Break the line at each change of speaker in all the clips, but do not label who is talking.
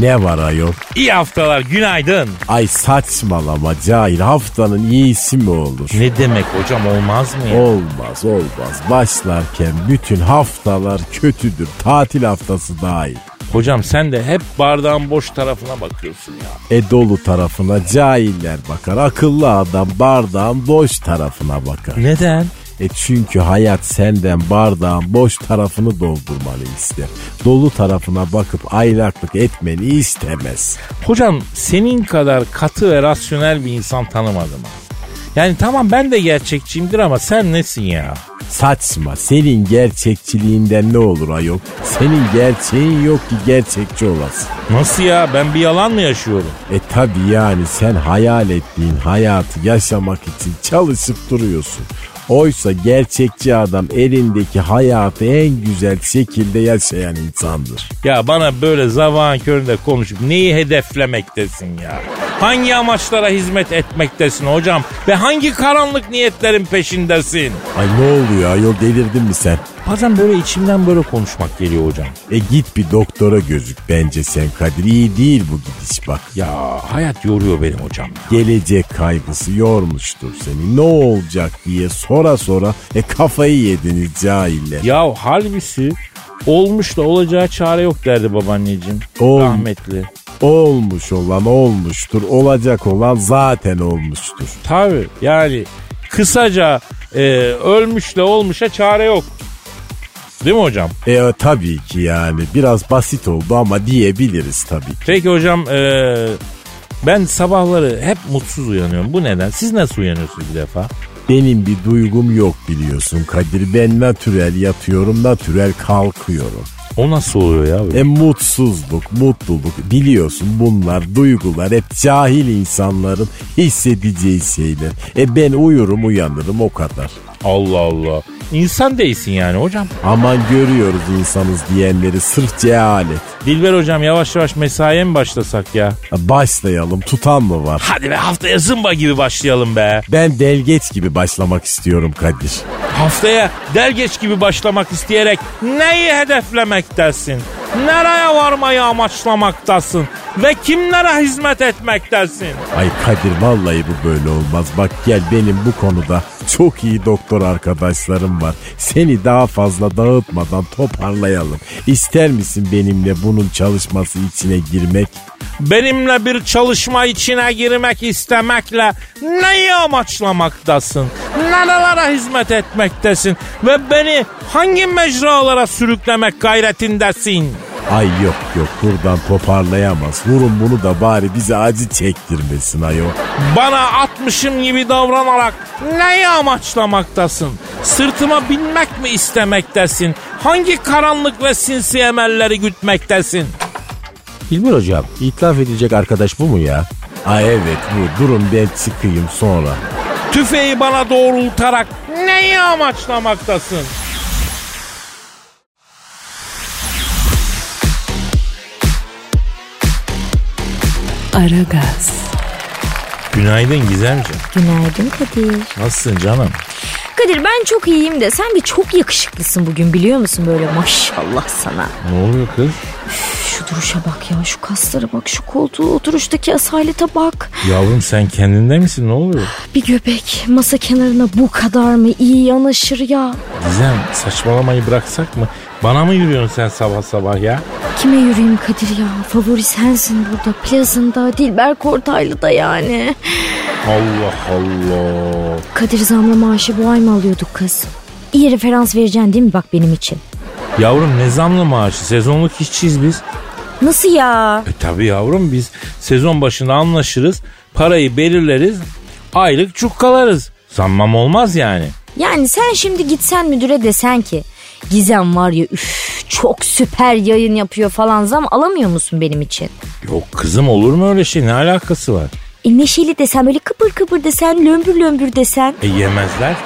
Ne var ayol?
iyi haftalar günaydın.
Ay saçmalama cahil haftanın iyisi mi olur?
Ne demek hocam olmaz mı ya?
Olmaz olmaz. Başlarken bütün haftalar kötüdür. Tatil haftası dahil.
Hocam sen de hep bardağın boş tarafına bakıyorsun ya.
E dolu tarafına cahiller bakar. Akıllı adam bardağın boş tarafına bakar.
Neden?
E çünkü hayat senden bardağın boş tarafını doldurmanı ister. Dolu tarafına bakıp aylaklık etmeni istemez.
Hocam senin kadar katı ve rasyonel bir insan tanımadım. ha. Yani tamam ben de gerçekçiyimdir ama sen nesin ya?
Saçma. Senin gerçekçiliğinden ne olur ayol? Senin gerçeğin yok ki gerçekçi olasın.
Nasıl ya ben bir yalan mı yaşıyorum?
E tabi yani sen hayal ettiğin hayatı yaşamak için çalışıp duruyorsun. Oysa gerçekçi adam elindeki hayatı en güzel şekilde yaşayan insandır.
Ya bana böyle zavağın köründe konuşup neyi hedeflemektesin ya? Hangi amaçlara hizmet etmektesin hocam? Ve hangi karanlık niyetlerin peşindesin?
Ay ne oluyor ayol delirdin mi sen?
Bazen böyle içimden böyle konuşmak geliyor hocam.
E git bir doktora gözük bence sen Kadir. İyi değil bu gidiş bak.
Ya hayat yoruyor benim hocam.
Gelecek kaygısı yormuştur seni. Ne olacak diye sora sora e kafayı yediniz cahiller.
Ya halbuki olmuş da olacağı çare yok derdi babaanneciğim.
Oğlum.
Rahmetli.
Olmuş olan olmuştur. Olacak olan zaten olmuştur.
Tabii yani kısaca e, ölmüşle olmuşa çare yok. Değil mi hocam?
E e, tabii ki yani biraz basit oldu ama diyebiliriz tabii.
Peki hocam e, ben sabahları hep mutsuz uyanıyorum. Bu neden? Siz nasıl uyanıyorsunuz bir defa?
Benim bir duygum yok biliyorsun Kadir. Ben natürel yatıyorum, natürel kalkıyorum.
O nasıl oluyor ya? böyle?
E mutsuzluk, mutluluk biliyorsun bunlar duygular hep cahil insanların hissedeceği şeyler. E ben uyurum uyanırım o kadar.
Allah Allah. İnsan değilsin yani hocam.
Aman görüyoruz insanız diyenleri sırf cehalet.
Dilber hocam yavaş yavaş mesaiye mi başlasak ya?
E, Başlayalım tutan mı var?
Hadi be haftaya zımba gibi başlayalım be.
Ben delgeç gibi başlamak istiyorum Kadir.
Haftaya dergeç gibi başlamak isteyerek neyi hedeflemektesin? Nereye varmayı amaçlamaktasın? Ve kimlere hizmet etmektesin?
Ay Kadir vallahi bu böyle olmaz. Bak gel benim bu konuda çok iyi doktor arkadaşlarım var. Seni daha fazla dağıtmadan toparlayalım. İster misin benimle bunun çalışması içine girmek?
Benimle bir çalışma içine girmek istemekle neyi amaçlamaktasın? Nerelere hizmet etmektesin? Ve beni hangi mecralara sürüklemek gayretindesin?
Ay yok yok buradan toparlayamaz. Vurun bunu da bari bize acı çektirmesin ayol.
Bana atmışım gibi davranarak neyi amaçlamaktasın? Sırtıma binmek mi istemektesin? Hangi karanlık ve sinsi emelleri gütmektesin?
Hilmi hocam itlaf edilecek arkadaş bu mu ya? Ay evet bu durun ben çıkayım sonra.
Tüfeği bana doğrultarak neyi amaçlamaktasın?
Aragaz.
Günaydın Gizemciğim.
Günaydın Kadir.
Nasılsın canım?
Kadir ben çok iyiyim de sen de çok yakışıklısın bugün biliyor musun böyle maşallah sana.
Ne oluyor kız?
Şu Şu duruşa bak ya şu kaslara bak şu koltuğu oturuştaki asalete bak.
Yavrum sen kendinde misin ne oluyor?
Bir göbek masa kenarına bu kadar mı iyi yanaşır ya.
Gizem saçmalamayı bıraksak mı? Bana mı yürüyorsun sen sabah sabah ya?
Kime yürüyeyim Kadir ya favori sensin burada plazında Dilber Kortaylı'da yani.
Allah Allah.
Kadir zamla maaşı bu ay mı alıyorduk kız? İyi referans vereceksin değil mi bak benim için?
Yavrum ne zamlı maaşı? Sezonluk işçiyiz biz.
Nasıl ya?
E tabi yavrum biz sezon başında anlaşırız. Parayı belirleriz. Aylık çukkalarız. Zammam olmaz yani.
Yani sen şimdi gitsen müdüre desen ki Gizem var ya üf çok süper yayın yapıyor falan zam alamıyor musun benim için?
Yok kızım olur mu öyle şey? Ne alakası var?
E neşeli desen böyle kıpır kıpır desen lömbür lömbür desen
E yemezler. ki.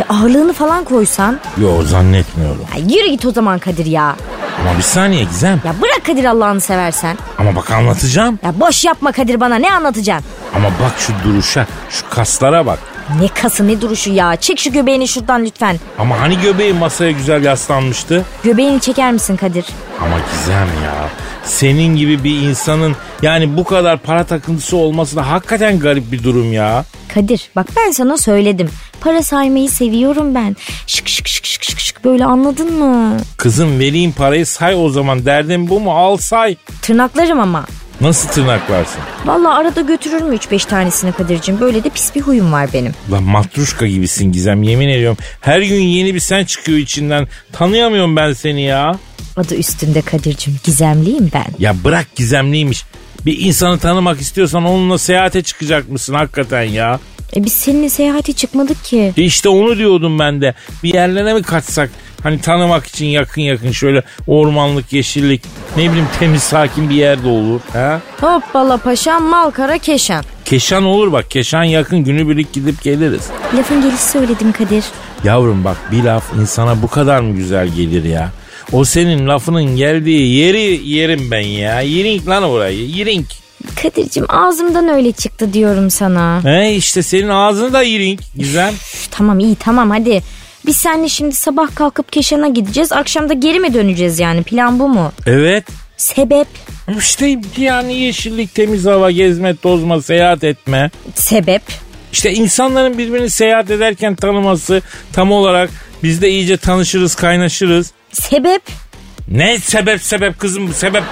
e ağırlığını falan koysan
Yo zannetmiyorum.
Ay yürü git o zaman Kadir ya.
Ama bir saniye Gizem.
Ya bırak Kadir Allah'ını seversen.
Ama bak anlatacağım.
Ya boş yapma Kadir bana ne anlatacaksın?
Ama bak şu duruşa, şu kaslara bak.
Ne kası ne duruşu ya. Çek şu göbeğini şuradan lütfen.
Ama hani göbeği masaya güzel yaslanmıştı?
Göbeğini çeker misin Kadir?
Ama Gizem ya. Senin gibi bir insanın yani bu kadar para takıntısı olması da hakikaten garip bir durum ya.
Kadir bak ben sana söyledim. Para saymayı seviyorum ben. Şık şık şık şık şık şık böyle anladın mı?
Kızım vereyim parayı say o zaman. Derdin bu mu? Al say.
Tırnaklarım ama.
Nasıl tırnaklarsın?
Vallahi arada götürürüm 3-5 tanesini Kadir'cim. Böyle de pis bir huyum var benim.
Lan matruşka gibisin Gizem yemin ediyorum. Her gün yeni bir sen çıkıyor içinden. Tanıyamıyorum ben seni ya.
Adı üstünde Kadir'cim. Gizemliyim ben.
Ya bırak gizemliymiş. Bir insanı tanımak istiyorsan onunla seyahate çıkacak mısın hakikaten ya?
E biz seninle seyahate çıkmadık ki.
E İşte onu diyordum ben de. Bir yerlere mi kaçsak? Hani tanımak için yakın yakın şöyle ormanlık, yeşillik, ne bileyim temiz sakin bir yerde olur. Ha?
Hoppala paşam mal kara keşan.
Keşan olur bak. Keşan yakın günübirlik gidip geliriz.
Lafın gelişi söyledim Kadir.
Yavrum bak bir laf insana bu kadar mı güzel gelir ya? O senin lafının geldiği yeri yerim ben ya. Yirink lan orayı. Yirink.
Kadir'cim ağzımdan öyle çıktı diyorum sana.
He işte senin ağzını da yirink. Güzel.
Üf, tamam iyi tamam hadi. Biz seninle şimdi sabah kalkıp Keşan'a gideceğiz. Akşam da geri mi döneceğiz yani plan bu mu?
Evet.
Sebep?
İşte yani yeşillik, temiz hava, gezme, tozma, seyahat etme.
Sebep?
İşte insanların birbirini seyahat ederken tanıması tam olarak biz de iyice tanışırız, kaynaşırız.
Sebep?
Ne sebep sebep kızım bu sebep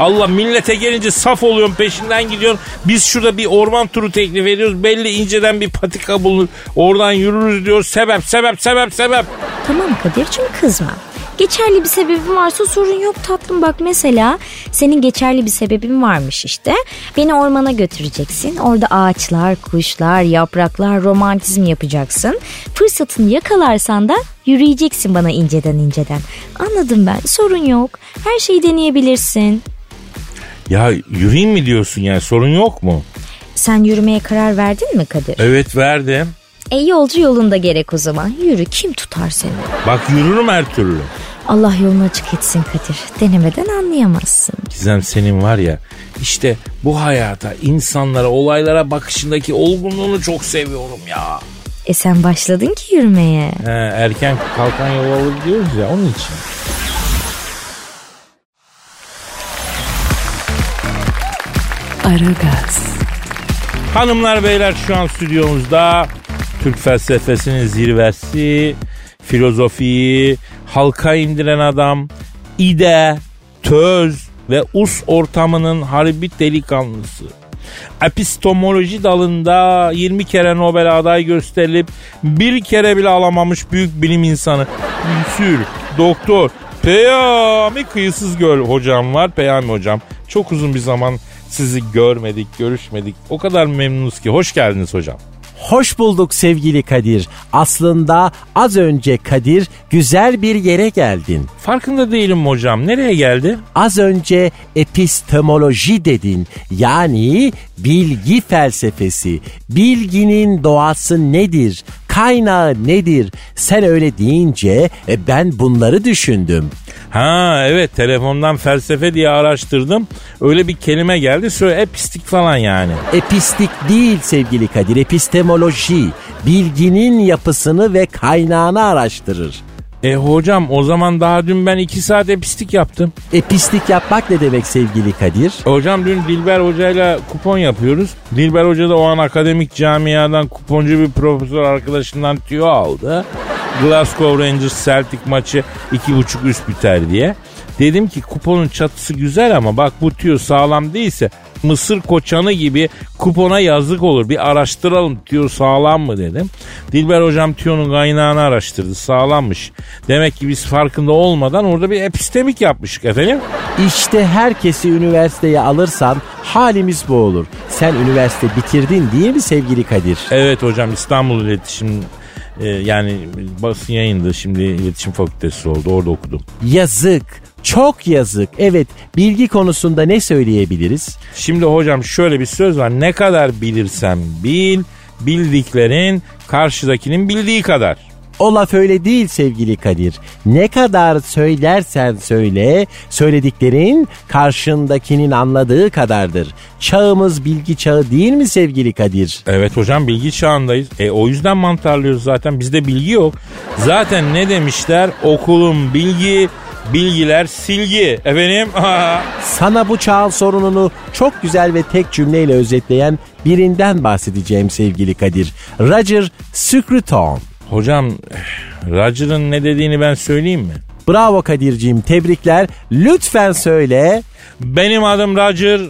Allah millete gelince saf oluyorsun peşinden gidiyorsun. Biz şurada bir orman turu teklif ediyoruz. Belli inceden bir patika bulunur. Oradan yürürüz diyor. Sebep sebep sebep sebep.
Tamam Kadir'cim kızma. Geçerli bir sebebim varsa sorun yok tatlım. Bak mesela senin geçerli bir sebebin varmış işte. Beni ormana götüreceksin. Orada ağaçlar, kuşlar, yapraklar, romantizm yapacaksın. Fırsatını yakalarsan da yürüyeceksin bana inceden inceden. Anladım ben. Sorun yok. Her şeyi deneyebilirsin.
Ya yürüyeyim mi diyorsun yani sorun yok mu?
Sen yürümeye karar verdin mi Kadir?
Evet verdim.
E yolcu yolunda gerek o zaman. Yürü kim tutar seni?
Bak yürürüm her türlü.
Allah yolunu açık etsin Kadir. Denemeden anlayamazsın.
Gizem senin var ya işte bu hayata, insanlara, olaylara bakışındaki olgunluğunu çok seviyorum ya.
E sen başladın ki yürümeye.
He, erken kalkan yol alır diyoruz ya onun için.
Aragaz,
Hanımlar beyler şu an stüdyomuzda Türk felsefesinin zirvesi, filozofiyi halka indiren adam, ide, töz ve us ortamının harbi delikanlısı. Epistemoloji dalında 20 kere Nobel aday gösterilip bir kere bile alamamış büyük bilim insanı. Ünsül, doktor, Peyami Kıyısız Göl hocam var. Peyami hocam çok uzun bir zaman sizi görmedik, görüşmedik. O kadar memnunuz ki. Hoş geldiniz hocam.
Hoş bulduk sevgili Kadir. Aslında az önce Kadir güzel bir yere geldin.
Farkında değilim hocam. Nereye geldi?
Az önce epistemoloji dedin. Yani bilgi felsefesi. Bilginin doğası nedir? Kaynağı nedir? Sen öyle deyince e, ben bunları düşündüm.
Ha evet telefondan felsefe diye araştırdım. Öyle bir kelime geldi. Söyle epistik falan yani.
Epistik değil sevgili Kadir, epistemoloji. Bilginin yapısını ve kaynağını araştırır.
E hocam o zaman daha dün ben iki saat epistik yaptım.
E pislik yapmak ne demek sevgili Kadir?
Hocam dün Dilber Hoca'yla kupon yapıyoruz. Dilber Hoca da o an akademik camiadan kuponcu bir profesör arkadaşından tüyo aldı. Glasgow Rangers Celtic maçı iki buçuk üst biter diye. Dedim ki kuponun çatısı güzel ama bak bu tüyo sağlam değilse Mısır koçanı gibi kupona yazık olur. Bir araştıralım tüyo sağlam mı dedim. Dilber hocam tüyonun kaynağını araştırdı. Sağlammış. Demek ki biz farkında olmadan orada bir epistemik yapmışık efendim.
İşte herkesi üniversiteye alırsan halimiz bu olur. Sen üniversite bitirdin değil mi sevgili Kadir?
Evet hocam İstanbul İletişim e, yani basın yayında şimdi iletişim fakültesi oldu orada okudum.
Yazık. Çok yazık. Evet bilgi konusunda ne söyleyebiliriz?
Şimdi hocam şöyle bir söz var ne kadar bilirsen bil bildiklerin karşıdakinin bildiği kadar.
O laf öyle değil sevgili Kadir. Ne kadar söylersen söyle, söylediklerin karşındakinin anladığı kadardır. Çağımız bilgi çağı değil mi sevgili Kadir?
Evet hocam bilgi çağındayız. E o yüzden mantarlıyoruz zaten bizde bilgi yok. Zaten ne demişler okulun bilgi bilgiler silgi efendim.
Sana bu çağın sorununu çok güzel ve tek cümleyle özetleyen birinden bahsedeceğim sevgili Kadir. Roger Scruton.
hocam eh, Roger'ın ne dediğini ben söyleyeyim mi?
Bravo Kadir'ciğim tebrikler. Lütfen söyle.
Benim adım Roger.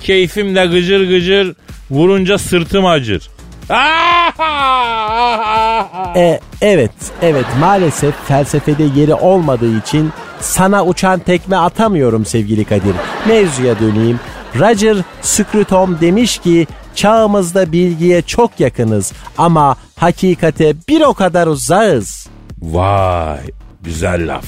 Keyfim de gıcır gıcır. Vurunca sırtım acır.
E, evet, evet maalesef felsefede yeri olmadığı için sana uçan tekme atamıyorum sevgili Kadir. Mevzuya döneyim. Roger Scruton demiş ki çağımızda bilgiye çok yakınız ama hakikate bir o kadar uzağız.
Vay güzel laf.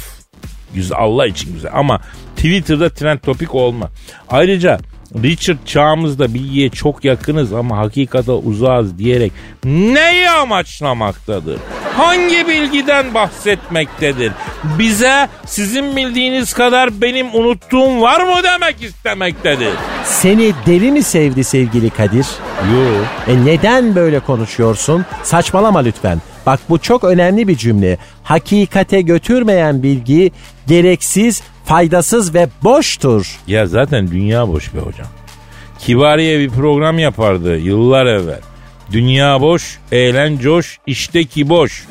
Güzel Allah için güzel ama Twitter'da trend topik olma. Ayrıca Richard çağımızda bilgiye çok yakınız ama hakikate uzağız diyerek neyi amaçlamaktadır? Hangi bilgiden bahsetmektedir? Bize sizin bildiğiniz kadar benim unuttuğum var mı demek istemektedir?
Seni deli mi sevdi sevgili Kadir?
Yok.
E neden böyle konuşuyorsun? Saçmalama lütfen. Bak bu çok önemli bir cümle. Hakikate götürmeyen bilgi gereksiz, faydasız ve boştur.
Ya zaten dünya boş be hocam. Kibariye bir program yapardı yıllar evvel. Dünya boş, eğlen coş, işte ki boş.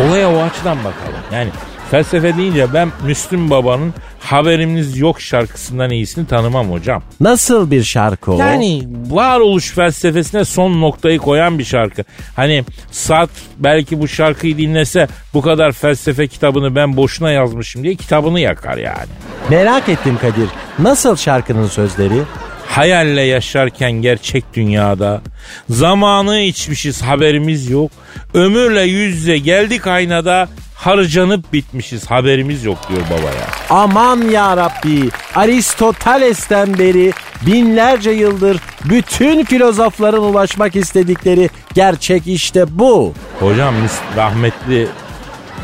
Olaya o açıdan bakalım. Yani felsefe deyince ben Müslüm Baba'nın haberimiz yok şarkısından iyisini tanımam hocam.
Nasıl bir şarkı o?
Yani varoluş felsefesine son noktayı koyan bir şarkı. Hani Sat belki bu şarkıyı dinlese bu kadar felsefe kitabını ben boşuna yazmışım diye kitabını yakar yani.
Merak ettim Kadir. Nasıl şarkının sözleri?
Hayalle yaşarken gerçek dünyada zamanı içmişiz haberimiz yok. Ömürle yüz yüze geldik aynada harcanıp bitmişiz haberimiz yok diyor babaya.
Aman ya Rabbi. Aristoteles'ten beri binlerce yıldır bütün filozofların ulaşmak istedikleri gerçek işte bu.
Hocam mis- rahmetli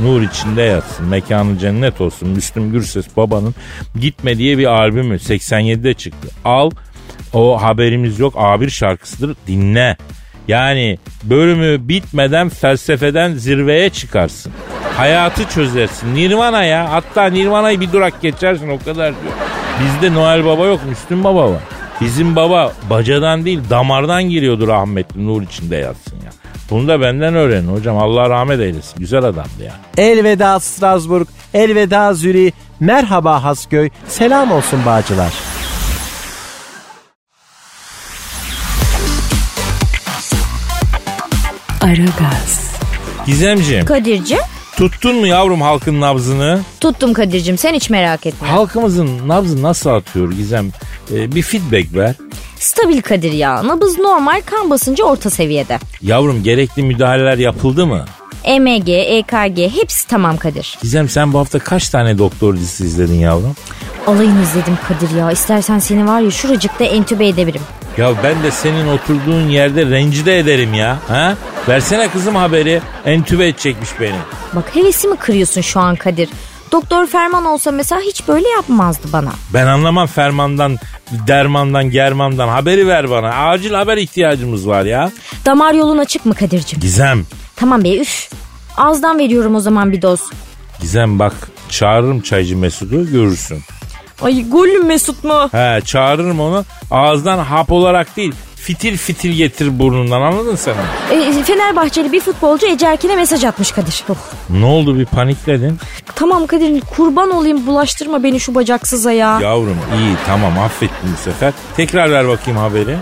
nur içinde yatsın. Mekanı cennet olsun. Müslüm Gürses babanın Gitme diye bir albümü 87'de çıktı. Al o haberimiz yok A1 şarkısıdır dinle. Yani bölümü bitmeden felsefeden zirveye çıkarsın. Hayatı çözersin. Nirvana ya. Hatta Nirvana'yı bir durak geçersin o kadar diyor. Bizde Noel Baba yok Müslüm Baba var. Bizim baba bacadan değil damardan giriyordu rahmetli nur içinde yatsın ya. Bunu da benden öğrenin hocam. Allah rahmet eylesin. Güzel adamdı ya.
Elveda Strasbourg, elveda Züri, merhaba Hasköy, selam olsun bağcılar.
Aragaz,
Gizemciğim
Kadir'cim
tuttun mu yavrum halkın nabzını?
tuttum Kadir'cim sen hiç merak etme.
Halkımızın nabzı nasıl atıyor Gizem? Ee, bir feedback ver.
Stabil Kadir ya nabız normal kan basıncı orta seviyede. E
Yavrum gerekli müdahaleler yapıldı mı?
EMG, EKG hepsi tamam Kadir.
Gizem sen bu hafta kaç tane doktor dizisi izledin yavrum?
Alayını izledim Kadir ya istersen seni var ya şuracıkta entübe edebilirim.
Ya ben de senin oturduğun yerde rencide ederim ya. Ha? Versene kızım haberi. Entübe edecekmiş beni.
Bak hevesimi kırıyorsun şu an Kadir. Doktor Ferman olsa mesela hiç böyle yapmazdı bana.
Ben anlamam fermandan, dermandan, germandan. Haberi ver bana. Acil haber ihtiyacımız var ya.
Damar yolun açık mı Kadir'cim?
Gizem
Tamam be üf. Ağızdan veriyorum o zaman bir doz.
Gizem bak çağırırım çaycı Mesut'u görürsün.
Ay gül Mesut mu?
He çağırırım onu ağızdan hap olarak değil fitil fitil getir burnundan anladın sen? onu?
E, Fenerbahçeli bir futbolcu Ece Erkin'e mesaj atmış Kadir. Oh.
Ne oldu bir panikledin?
Tamam Kadir kurban olayım bulaştırma beni şu bacaksıza ya.
Yavrum iyi tamam affettim bu sefer. Tekrar ver bakayım haberi.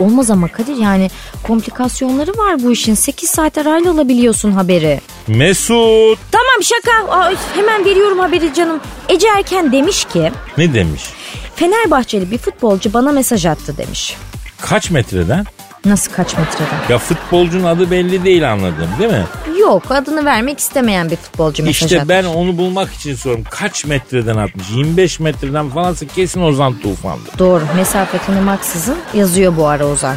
Olmaz ama Kadir yani komplikasyonları var bu işin. 8 saat arayla alabiliyorsun haberi.
Mesut
Tamam şaka. Ay, hemen veriyorum haberi canım. Ece Erken demiş ki
ne demiş?
Fenerbahçeli bir futbolcu bana mesaj attı demiş.
Kaç metreden?
Nasıl kaç metreden?
Ya futbolcunun adı belli değil anladım değil mi?
Yok adını vermek istemeyen bir futbolcu mesaj
İşte
attı.
ben onu bulmak için soruyorum. Kaç metreden atmış? 25 metreden falansa kesin Ozan Tufan'dı.
Doğru mesafe tanımaksızın yazıyor bu ara Ozan.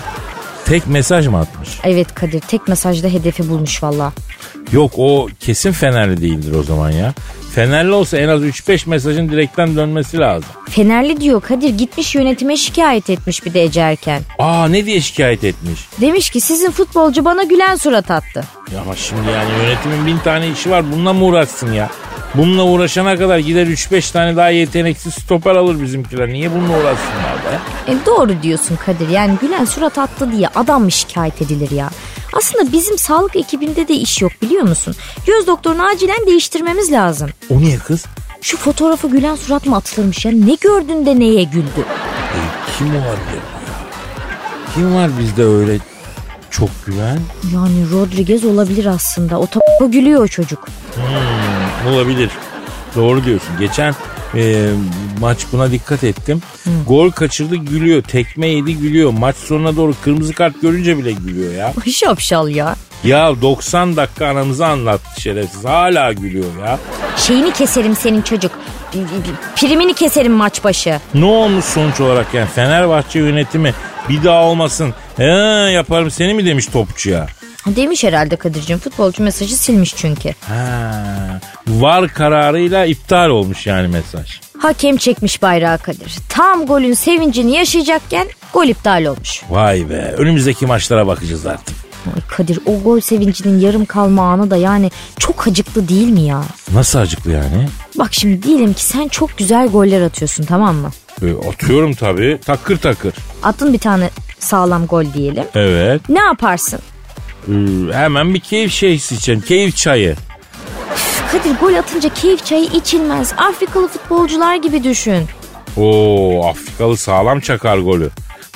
Tek mesaj mı atmış?
Evet Kadir tek mesajda hedefi bulmuş valla.
Yok o kesin Fenerli değildir o zaman ya. Fenerli olsa en az 3-5 mesajın direkten dönmesi lazım.
Fenerli diyor Kadir gitmiş yönetime şikayet etmiş bir de Ece Erken.
Aa ne diye şikayet etmiş?
Demiş ki sizin futbolcu bana gülen surat attı.
Ya ama şimdi yani yönetimin bin tane işi var bununla mı uğraşsın ya? Bununla uğraşana kadar gider 3-5 tane daha yeteneksiz stoper alır bizimkiler. Niye bununla uğraşsınlar be?
E doğru diyorsun Kadir. Yani gülen surat attı diye adam mı şikayet edilir ya? Aslında bizim sağlık ekibinde de iş yok biliyor musun? Göz doktorunu acilen değiştirmemiz lazım.
O niye kız?
Şu fotoğrafı gülen surat mı atılırmış ya? Ne gördün de neye güldü?
E, kim var ya? Kim var bizde öyle çok güven?
Yani Rodriguez olabilir aslında. O tapo gülüyor o çocuk.
Olabilir. Doğru diyorsun. Geçen e, maç buna dikkat ettim. Gol kaçırdı gülüyor. Tekme yedi gülüyor. Maç sonuna doğru kırmızı kart görünce bile gülüyor ya.
Ay Şapşal ya.
Ya 90 dakika anamızı anlattı şerefsiz. Hala gülüyor ya.
Şeyini keserim senin çocuk. Primini keserim maç başı.
Ne olmuş sonuç olarak yani Fenerbahçe yönetimi bir daha olmasın. Ee, yaparım seni mi demiş topçuya.
Demiş herhalde Kadir'cim. Futbolcu mesajı silmiş çünkü.
Ha, var kararıyla iptal olmuş yani mesaj.
Hakem çekmiş bayrağı Kadir. Tam golün sevincini yaşayacakken gol iptal olmuş.
Vay be önümüzdeki maçlara bakacağız artık.
Ay Kadir o gol sevincinin yarım kalma anı da yani çok acıklı değil mi ya?
Nasıl acıklı yani?
Bak şimdi diyelim ki sen çok güzel goller atıyorsun tamam mı?
E, atıyorum tabii takır takır.
Attın bir tane sağlam gol diyelim.
Evet.
Ne yaparsın?
e, hemen bir keyif şeysi içelim. Keyif çayı.
Üf, Kadir gol atınca keyif çayı içilmez. Afrikalı futbolcular gibi düşün.
Oo Afrikalı sağlam çakar golü.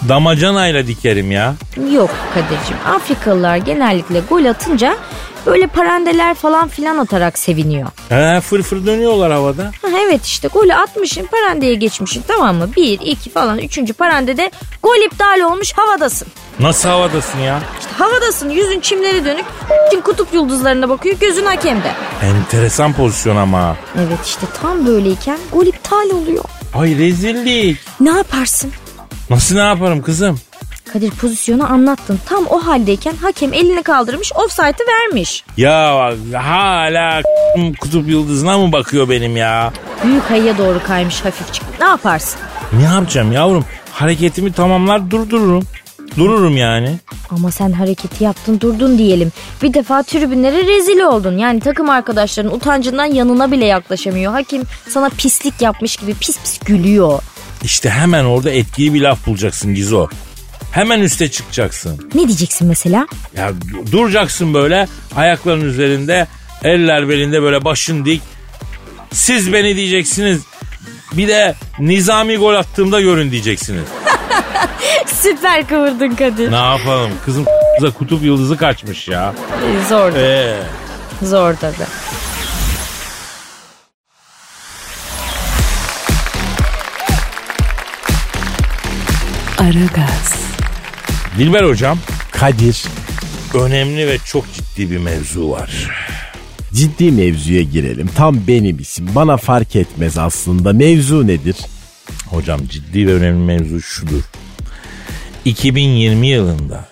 Damacanayla dikerim ya.
Yok Kadir'cim Afrikalılar genellikle gol atınca böyle parandeler falan filan atarak seviniyor.
He fırfır dönüyorlar havada.
Ha, evet işte golü atmışsın parandeye geçmişsin tamam mı? Bir, iki falan üçüncü parandede gol iptal olmuş havadasın.
Nasıl havadasın ya?
İşte havadasın yüzün çimleri dönük ***'in kutup yıldızlarına bakıyor gözün hakemde.
Enteresan pozisyon ama.
Evet işte tam böyleyken gol iptal oluyor.
Ay rezillik.
Ne yaparsın?
Nasıl ne yaparım kızım?
Kadir pozisyonu anlattın. Tam o haldeyken hakem elini kaldırmış offside'ı vermiş.
Ya hala kutup yıldızına mı bakıyor benim ya?
Büyük hayıya doğru kaymış hafifçe. Ne yaparsın?
Ne yapacağım yavrum? Hareketimi tamamlar durdururum. Dururum yani.
Ama sen hareketi yaptın durdun diyelim. Bir defa tribünlere rezil oldun. Yani takım arkadaşların utancından yanına bile yaklaşamıyor. Hakim sana pislik yapmış gibi pis pis gülüyor.
İşte hemen orada etkili bir laf bulacaksın Gizo. Hemen üste çıkacaksın.
Ne diyeceksin mesela?
Ya du- duracaksın böyle ayakların üzerinde eller belinde böyle başın dik. Siz beni diyeceksiniz. Bir de nizami gol attığımda görün diyeceksiniz.
Süper kıvırdın Kadir.
ne yapalım kızım da kutup yıldızı kaçmış ya.
Zor,
Ee,
zor tabii.
Aragaz,
Dilber hocam
Kadir
önemli ve çok ciddi bir mevzu var.
ciddi mevzuya girelim. Tam benim isim. Bana fark etmez aslında. Mevzu nedir?
Hocam ciddi ve önemli mevzu şudur. 2020 yılında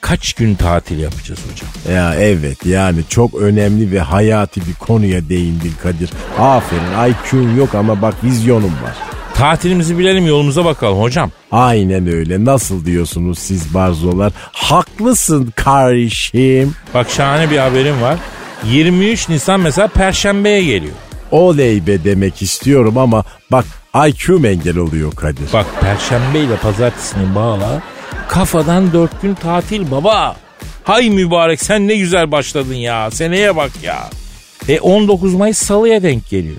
kaç gün tatil yapacağız hocam?
Ya evet yani çok önemli ve hayati bir konuya değindin Kadir. Aferin IQ'un yok ama bak vizyonun var.
Tatilimizi bilelim yolumuza bakalım hocam.
Aynen öyle. Nasıl diyorsunuz siz barzolar? Haklısın kardeşim.
Bak şahane bir haberim var. 23 Nisan mesela Perşembe'ye geliyor.
Oley be demek istiyorum ama bak IQ'm engel oluyor Kadir.
Bak perşembe ile pazartesini bağla. Kafadan dört gün tatil baba. Hay mübarek sen ne güzel başladın ya. Seneye bak ya. E 19 Mayıs salıya denk geliyor.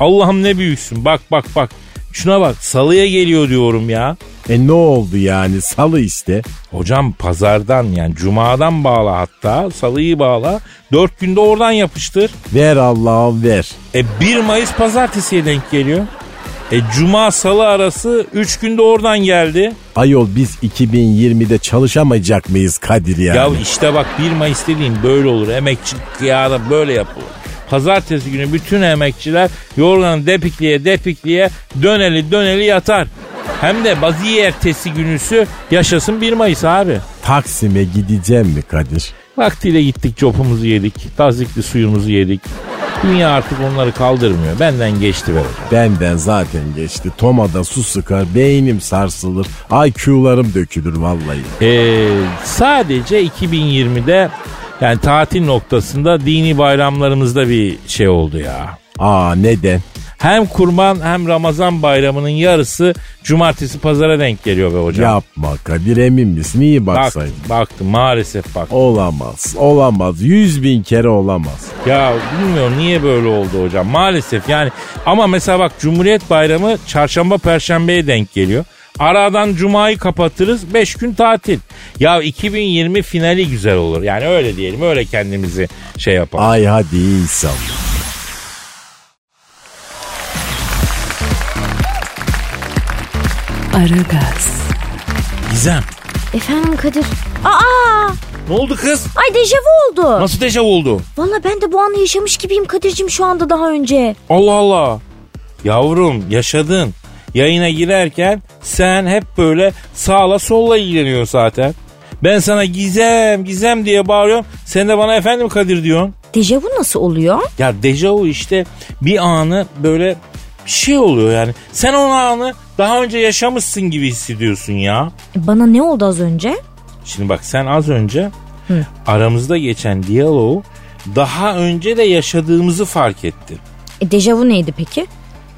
Allah'ım ne büyüksün. Bak bak bak. Şuna bak salıya geliyor diyorum ya.
E ne oldu yani salı işte.
Hocam pazardan yani cumadan bağla hatta salıyı bağla. Dört günde oradan yapıştır.
Ver Allah'ım ver.
E 1 Mayıs pazartesiye denk geliyor. E cuma salı arası 3 günde oradan geldi.
Ayol biz 2020'de çalışamayacak mıyız Kadir yani?
Ya işte bak 1 Mayıs dediğin böyle olur. Emekçi kıyada böyle yapılır. Pazartesi günü bütün emekçiler yorganı depikliye depikliye döneli döneli yatar. Hem de bazi ertesi günüsü yaşasın 1 Mayıs abi.
Taksim'e gideceğim mi Kadir?
Vaktiyle gittik copumuzu yedik. Tazikli suyumuzu yedik. Dünya artık onları kaldırmıyor. Benden geçti be hocam.
Benden zaten geçti. Tomada su sıkar, beynim sarsılır. IQ'larım dökülür vallahi.
Ee, sadece 2020'de yani tatil noktasında dini bayramlarımızda bir şey oldu ya.
Aa neden?
Hem kurban hem Ramazan bayramının yarısı cumartesi pazara denk geliyor be hocam.
Yapma Kadir emin misin? İyi baksaydın.
baktım, baktım maalesef bak.
Olamaz, olamaz. Yüz bin kere olamaz.
Ya bilmiyorum niye böyle oldu hocam. Maalesef yani ama mesela bak Cumhuriyet Bayramı çarşamba perşembeye denk geliyor. Aradan cumayı kapatırız 5 gün tatil. Ya 2020 finali güzel olur. Yani öyle diyelim öyle kendimizi şey yapalım.
Ay hadi iyi insan.
Aragaz,
Gizem.
Efendim Kadir. Aa!
Ne oldu kız?
Ay dejavu oldu.
Nasıl dejavu oldu?
Valla ben de bu anı yaşamış gibiyim Kadir'cim şu anda daha önce.
Allah Allah. Yavrum yaşadın. Yayına girerken sen hep böyle sağla solla ilgileniyor zaten. Ben sana gizem gizem diye bağırıyorum. Sen de bana efendim Kadir diyorsun.
Dejavu nasıl oluyor?
Ya dejavu işte bir anı böyle bir şey oluyor yani. Sen o anı daha önce yaşamışsın gibi hissediyorsun ya.
E, Bana ne oldu az önce?
Şimdi bak sen az önce aramızda geçen diyaloğu daha önce de yaşadığımızı fark ettin.
E, dejavu neydi peki?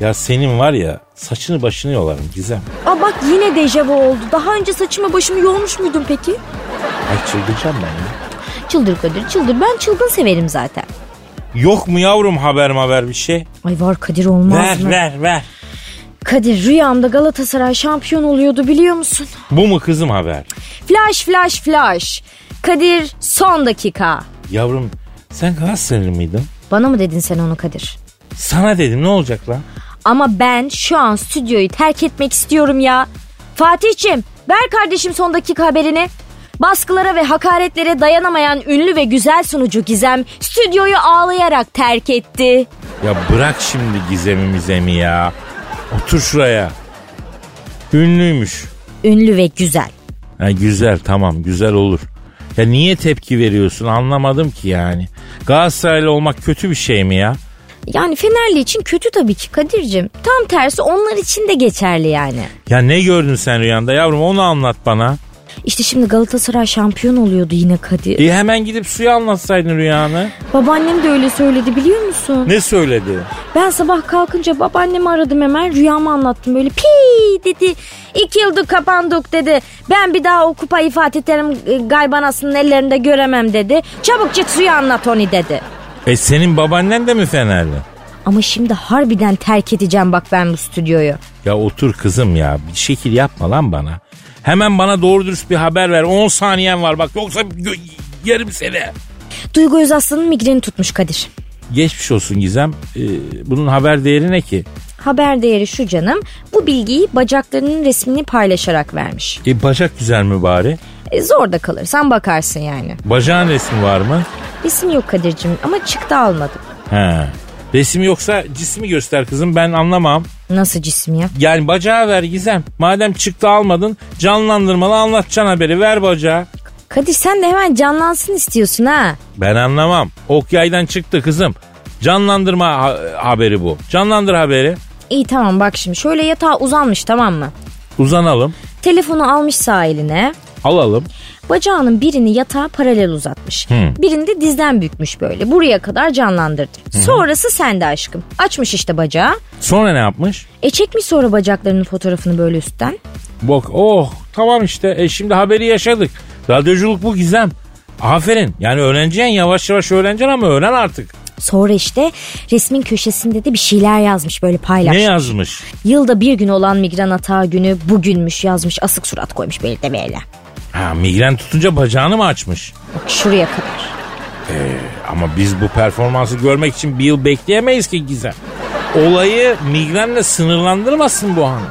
Ya senin var ya saçını başını yolarım Gizem.
Aa bak yine dejavu oldu. Daha önce saçımı başımı yolmuş muydum peki?
Ay çıldıracağım ben ya.
Çıldır Kadir çıldır. Ben çılgın severim zaten.
Yok mu yavrum haber haber bir şey?
Ay var Kadir olmaz
Ver
mı?
ver ver.
Kadir rüyamda Galatasaray şampiyon oluyordu biliyor musun?
Bu mu kızım haber?
Flash flash flash. Kadir son dakika.
Yavrum sen Galatasaraylı mıydın?
Bana mı dedin sen onu Kadir?
Sana dedim ne olacak lan?
Ama ben şu an stüdyoyu terk etmek istiyorum ya. Fatih'cim ver kardeşim son dakika haberini. Baskılara ve hakaretlere dayanamayan ünlü ve güzel sunucu Gizem stüdyoyu ağlayarak terk etti.
Ya bırak şimdi gizemimize mi ya? Otur şuraya. Ünlüymüş.
Ünlü ve güzel.
Ha, güzel tamam güzel olur. Ya niye tepki veriyorsun anlamadım ki yani. Galatasaraylı olmak kötü bir şey mi ya?
Yani Fenerli için kötü tabii ki Kadir'cim. Tam tersi onlar için de geçerli yani.
Ya ne gördün sen rüyanda yavrum onu anlat bana.
İşte şimdi Galatasaray şampiyon oluyordu yine Kadir.
E hemen gidip suya anlatsaydın rüyanı.
Babaannem de öyle söyledi biliyor musun?
Ne söyledi?
Ben sabah kalkınca babaannemi aradım hemen rüyamı anlattım böyle pi dedi. İki yıldır kapandık dedi. Ben bir daha o kupayı Fatih Terim e, gaybanasının ellerinde göremem dedi. Çabuk çık suyu anlat onu dedi.
E senin babaannen de mi Fenerli?
Ama şimdi harbiden terk edeceğim bak ben bu stüdyoyu.
Ya otur kızım ya bir şekil yapma lan bana. Hemen bana doğru dürüst bir haber ver. 10 saniyen var bak yoksa gö- yerim seni.
Duygu Özaslı'nın migreni tutmuş Kadir.
Geçmiş olsun Gizem. Ee, bunun haber değeri ne ki?
Haber değeri şu canım. Bu bilgiyi bacaklarının resmini paylaşarak vermiş.
E bacak güzel mi bari?
E, zor da kalırsan bakarsın yani.
Bacağın resmi var mı?
Resim yok Kadir'cim ama çıktı almadım.
He. Resmi yoksa cismi göster kızım ben anlamam.
Nasıl cisim ya?
Yani bacağı ver Gizem. Madem çıktı almadın canlandırmalı anlatacaksın haberi ver bacağı.
Kadir sen de hemen canlansın istiyorsun ha.
Ben anlamam. Ok yaydan çıktı kızım. Canlandırma ha- haberi bu. Canlandır haberi.
İyi tamam bak şimdi şöyle yatağa uzanmış tamam mı?
Uzanalım.
Telefonu almış sağ eline.
Alalım.
Bacağının birini yatağa paralel uzatmış. Birini de dizden bükmüş böyle. Buraya kadar canlandırdı. Sonrası sende aşkım. Açmış işte bacağı.
Sonra ne yapmış?
E çekmiş sonra bacaklarının fotoğrafını böyle üstten.
Bok oh tamam işte e şimdi haberi yaşadık. Radyoculuk bu gizem. Aferin yani öğreneceksin yavaş yavaş öğreneceksin ama öğren artık.
Sonra işte resmin köşesinde de bir şeyler yazmış böyle paylaş.
Ne yazmış?
Yılda bir gün olan migren atağı günü bugünmüş yazmış asık surat koymuş böyle de böyle.
Ha migren tutunca bacağını mı açmış?
Bak şuraya kadar.
Ama biz bu performansı görmek için bir yıl bekleyemeyiz ki Gizem. Olayı migrenle sınırlandırmasın bu hanım.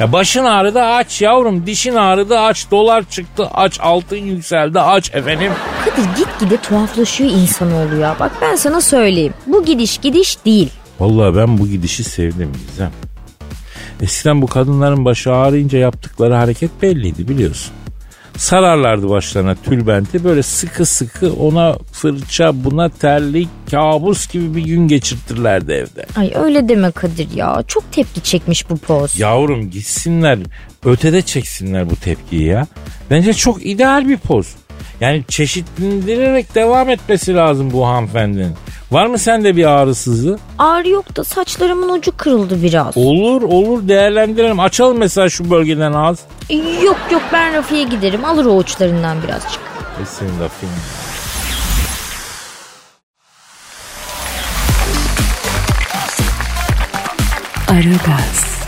Ya başın ağrıdı aç yavrum, dişin ağrıdı aç, dolar çıktı aç, altın yükseldi aç efendim.
Kadir gitgide tuhaflaşıyor insanoğlu ya. Bak ben sana söyleyeyim. Bu gidiş gidiş değil.
Vallahi ben bu gidişi sevdim Gizem. Eskiden bu kadınların başı ağrıyınca yaptıkları hareket belliydi biliyorsun. Sararlardı başlarına tülbenti böyle sıkı sıkı ona fırça buna terlik kabus gibi bir gün geçirtirlerdi evde.
Ay öyle deme Kadir ya. Çok tepki çekmiş bu poz.
Yavrum gitsinler ötede çeksinler bu tepkiyi ya. Bence çok ideal bir poz. Yani çeşitlendirerek devam etmesi lazım bu hanımefendinin. Var mı sende bir ağrısızlığı?
Ağrı yok da saçlarımın ucu kırıldı biraz.
Olur olur değerlendirelim. Açalım mesela şu bölgeden ağız.
Yok yok ben Rafi'ye giderim. Alır o uçlarından birazcık.
E senin lafın.
Aragaz,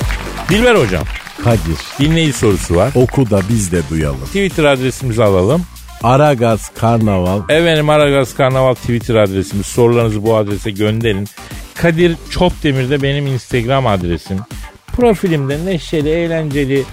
Dilber hocam
Kadir
dinleyici sorusu var.
oku da biz de duyalım.
Twitter adresimizi alalım.
Aragaz Karnaval
Efendim Aragaz Karnaval Twitter adresimiz. Sorularınızı bu adrese gönderin. Kadir Çopdemir de benim Instagram adresim. Profilimde neşeli, eğlenceli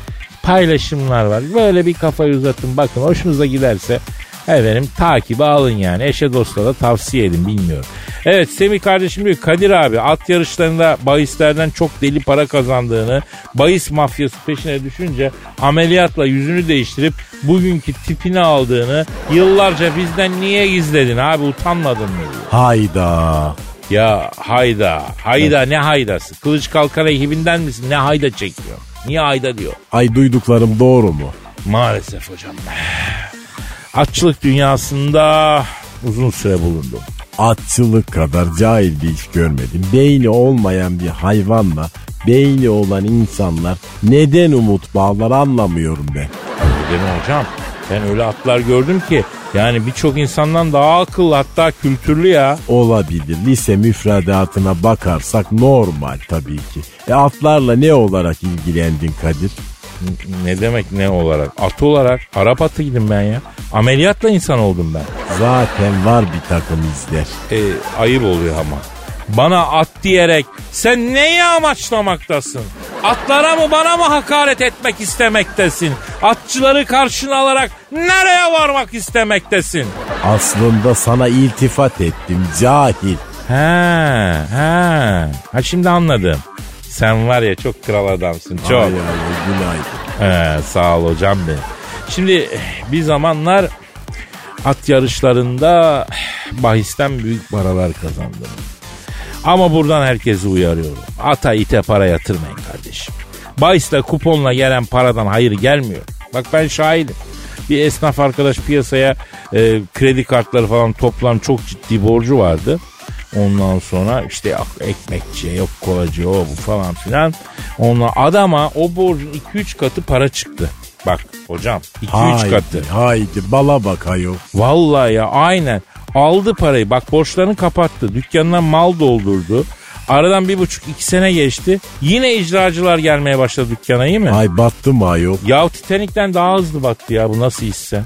paylaşımlar var. Böyle bir kafayı uzatın bakın hoşunuza giderse efendim takibi alın yani. Eşe dosta da tavsiye edin bilmiyorum. Evet Semih kardeşim diyor Kadir abi at yarışlarında bahislerden çok deli para kazandığını bahis mafyası peşine düşünce ameliyatla yüzünü değiştirip bugünkü tipini aldığını yıllarca bizden niye gizledin abi utanmadın mı? diyor.
hayda.
Ya hayda hayda ne haydası kılıç kalkan ekibinden misin ne hayda çekiyor niye hayda diyor.
Ay duyduklarım doğru mu?
Maalesef hocam. Açlık dünyasında uzun süre bulundum.
Atçılık kadar cahil bir iş görmedim. Beyni olmayan bir hayvanla beyni olan insanlar neden umut bağlar anlamıyorum ben.
Öyle mi hocam? Ben öyle atlar gördüm ki yani birçok insandan daha akıllı hatta kültürlü ya.
Olabilir. Lise müfredatına bakarsak normal tabii ki. E atlarla ne olarak ilgilendin Kadir?
N- Ne demek ne olarak? At olarak Arap atıydım ben ya. Ameliyatla insan oldum ben.
Zaten var bir takım izler.
E, ayıp oluyor ama. Bana at diyerek sen neyi amaçlamaktasın? Atlara mı bana mı hakaret etmek istemektesin? Atçıları karşına alarak nereye varmak istemektesin?
Aslında sana iltifat ettim cahil.
He, he. Ha şimdi anladım. Sen var ya çok kral adamsın. Çok.
Ay, ay, ay, günaydın.
He, sağ ol hocam benim. Şimdi eh, bir zamanlar at yarışlarında eh, bahisten büyük paralar kazandım. Ama buradan herkesi uyarıyorum. Ata ite para yatırmayın kardeşim. Bahisle kuponla gelen paradan hayır gelmiyor. Bak ben şahidim. Bir esnaf arkadaş piyasaya e, kredi kartları falan toplam çok ciddi borcu vardı. Ondan sonra işte yok ekmekçiye yok kolacıya o bu falan filan. Onunla adama o borcun 2-3 katı para çıktı. Bak hocam 2-3
Haydi,
katı.
haydi bala bak ayol.
Vallahi ya aynen. Aldı parayı. Bak borçlarını kapattı. Dükkanına mal doldurdu. Aradan bir buçuk iki sene geçti. Yine icracılar gelmeye başladı dükkana iyi mi?
Ay battım ayol.
Ya Titanik'ten daha hızlı battı ya bu nasıl hisse?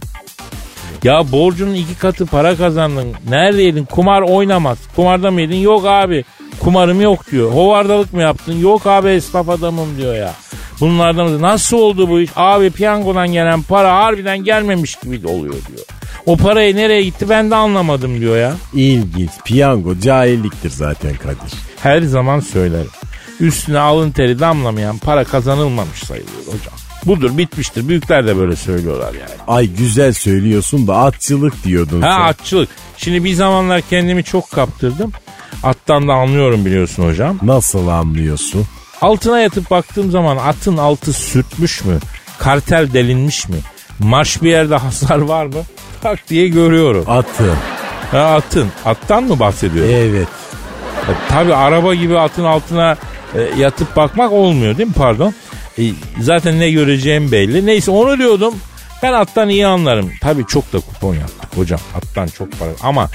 Ya borcunun iki katı para kazandın. Nerede yedin? Kumar oynamaz. Kumarda mı yedin? Yok abi. Kumarım yok diyor. Hovardalık mı yaptın? Yok abi esnaf adamım diyor ya. Bunlardan nasıl oldu bu iş? Abi piyangodan gelen para harbiden gelmemiş gibi oluyor diyor. O parayı nereye gitti ben de anlamadım diyor ya.
İlginç. Piyango cahilliktir zaten Kadir.
Her zaman söylerim. Üstüne alın teri damlamayan para kazanılmamış sayılıyor hocam. Budur bitmiştir. Büyükler de böyle söylüyorlar yani.
Ay güzel söylüyorsun da atçılık diyordun
Ha
sen.
atçılık. Şimdi bir zamanlar kendimi çok kaptırdım. Attan da anlıyorum biliyorsun hocam.
Nasıl anlıyorsun?
Altına yatıp baktığım zaman atın altı sürtmüş mü? Kartel delinmiş mi? Marş bir yerde hasar var mı? Tak diye görüyorum.
Atı.
Ha, atın. Attan mı bahsediyorsun?
Evet.
E, Tabii araba gibi atın altına e, yatıp bakmak olmuyor değil mi pardon? E, zaten ne göreceğim belli. Neyse onu diyordum. Ben attan iyi anlarım. Tabii çok da kupon yaptık hocam. Attan çok para. Ama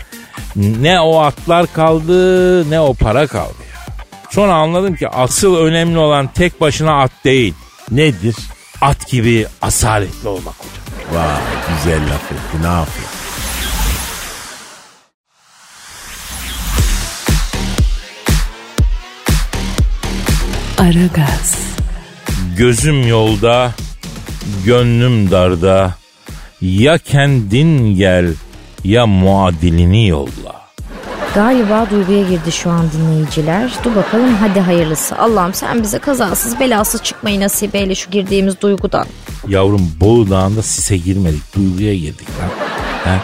ne o atlar kaldı ne o para kaldı ya. Sonra anladım ki asıl önemli olan tek başına at değil.
Nedir?
At gibi asaletli olmak hocam.
Vay güzel laf etti ne yapayım?
Aragaz.
Gözüm yolda, gönlüm darda. Ya kendin gel ya muadilini yolla.
Galiba duyguya girdi şu an dinleyiciler. Dur bakalım hadi hayırlısı. Allah'ım sen bize kazasız belasız çıkmayı nasip eyle şu girdiğimiz duygudan.
Yavrum Bolu Dağı'nda sise girmedik. Duyguya girdik lan. He?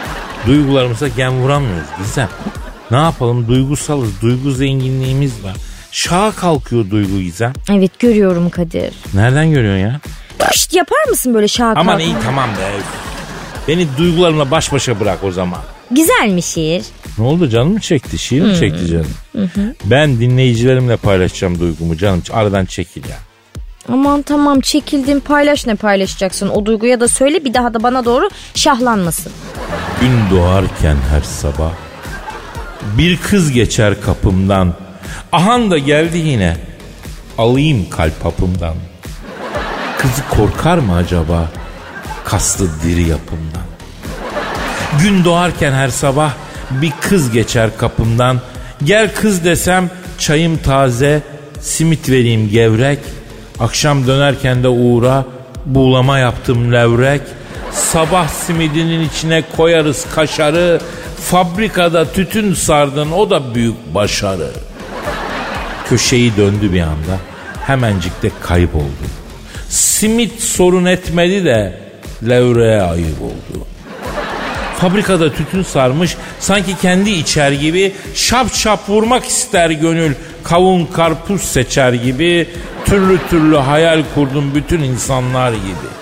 Duygularımıza gem vuramıyoruz Gizem. Ne yapalım duygusalız. Duygu zenginliğimiz var. Şaha kalkıyor duygu Gizem.
Evet görüyorum Kadir.
Nereden görüyorsun ya?
Pışt yapar mısın böyle şaka?
Aman iyi tamam be. Beni duygularımla baş başa bırak o zaman.
Güzel mi şiir?
Ne oldu canım mı çekti? Şiir mi çekti canım? Ben dinleyicilerimle paylaşacağım duygumu canım. Aradan çekil ya.
Aman tamam çekildin paylaş ne paylaşacaksın o duyguya da söyle bir daha da bana doğru şahlanmasın.
Gün doğarken her sabah bir kız geçer kapımdan. Ahan da geldi yine. Alayım kalp hapımdan. Kızı korkar mı acaba? Kaslı diri yapımdan. Gün doğarken her sabah bir kız geçer kapımdan. Gel kız desem çayım taze, simit vereyim gevrek. Akşam dönerken de uğra, buğulama yaptım levrek. Sabah simidinin içine koyarız kaşarı. Fabrikada tütün sardın o da büyük başarı. Köşeyi döndü bir anda. Hemencik de kayboldu. Simit sorun etmedi de levreğe ayıp oldu. Fabrikada tütün sarmış sanki kendi içer gibi şap şap vurmak ister gönül kavun karpuz seçer gibi türlü türlü hayal kurdum bütün insanlar gibi.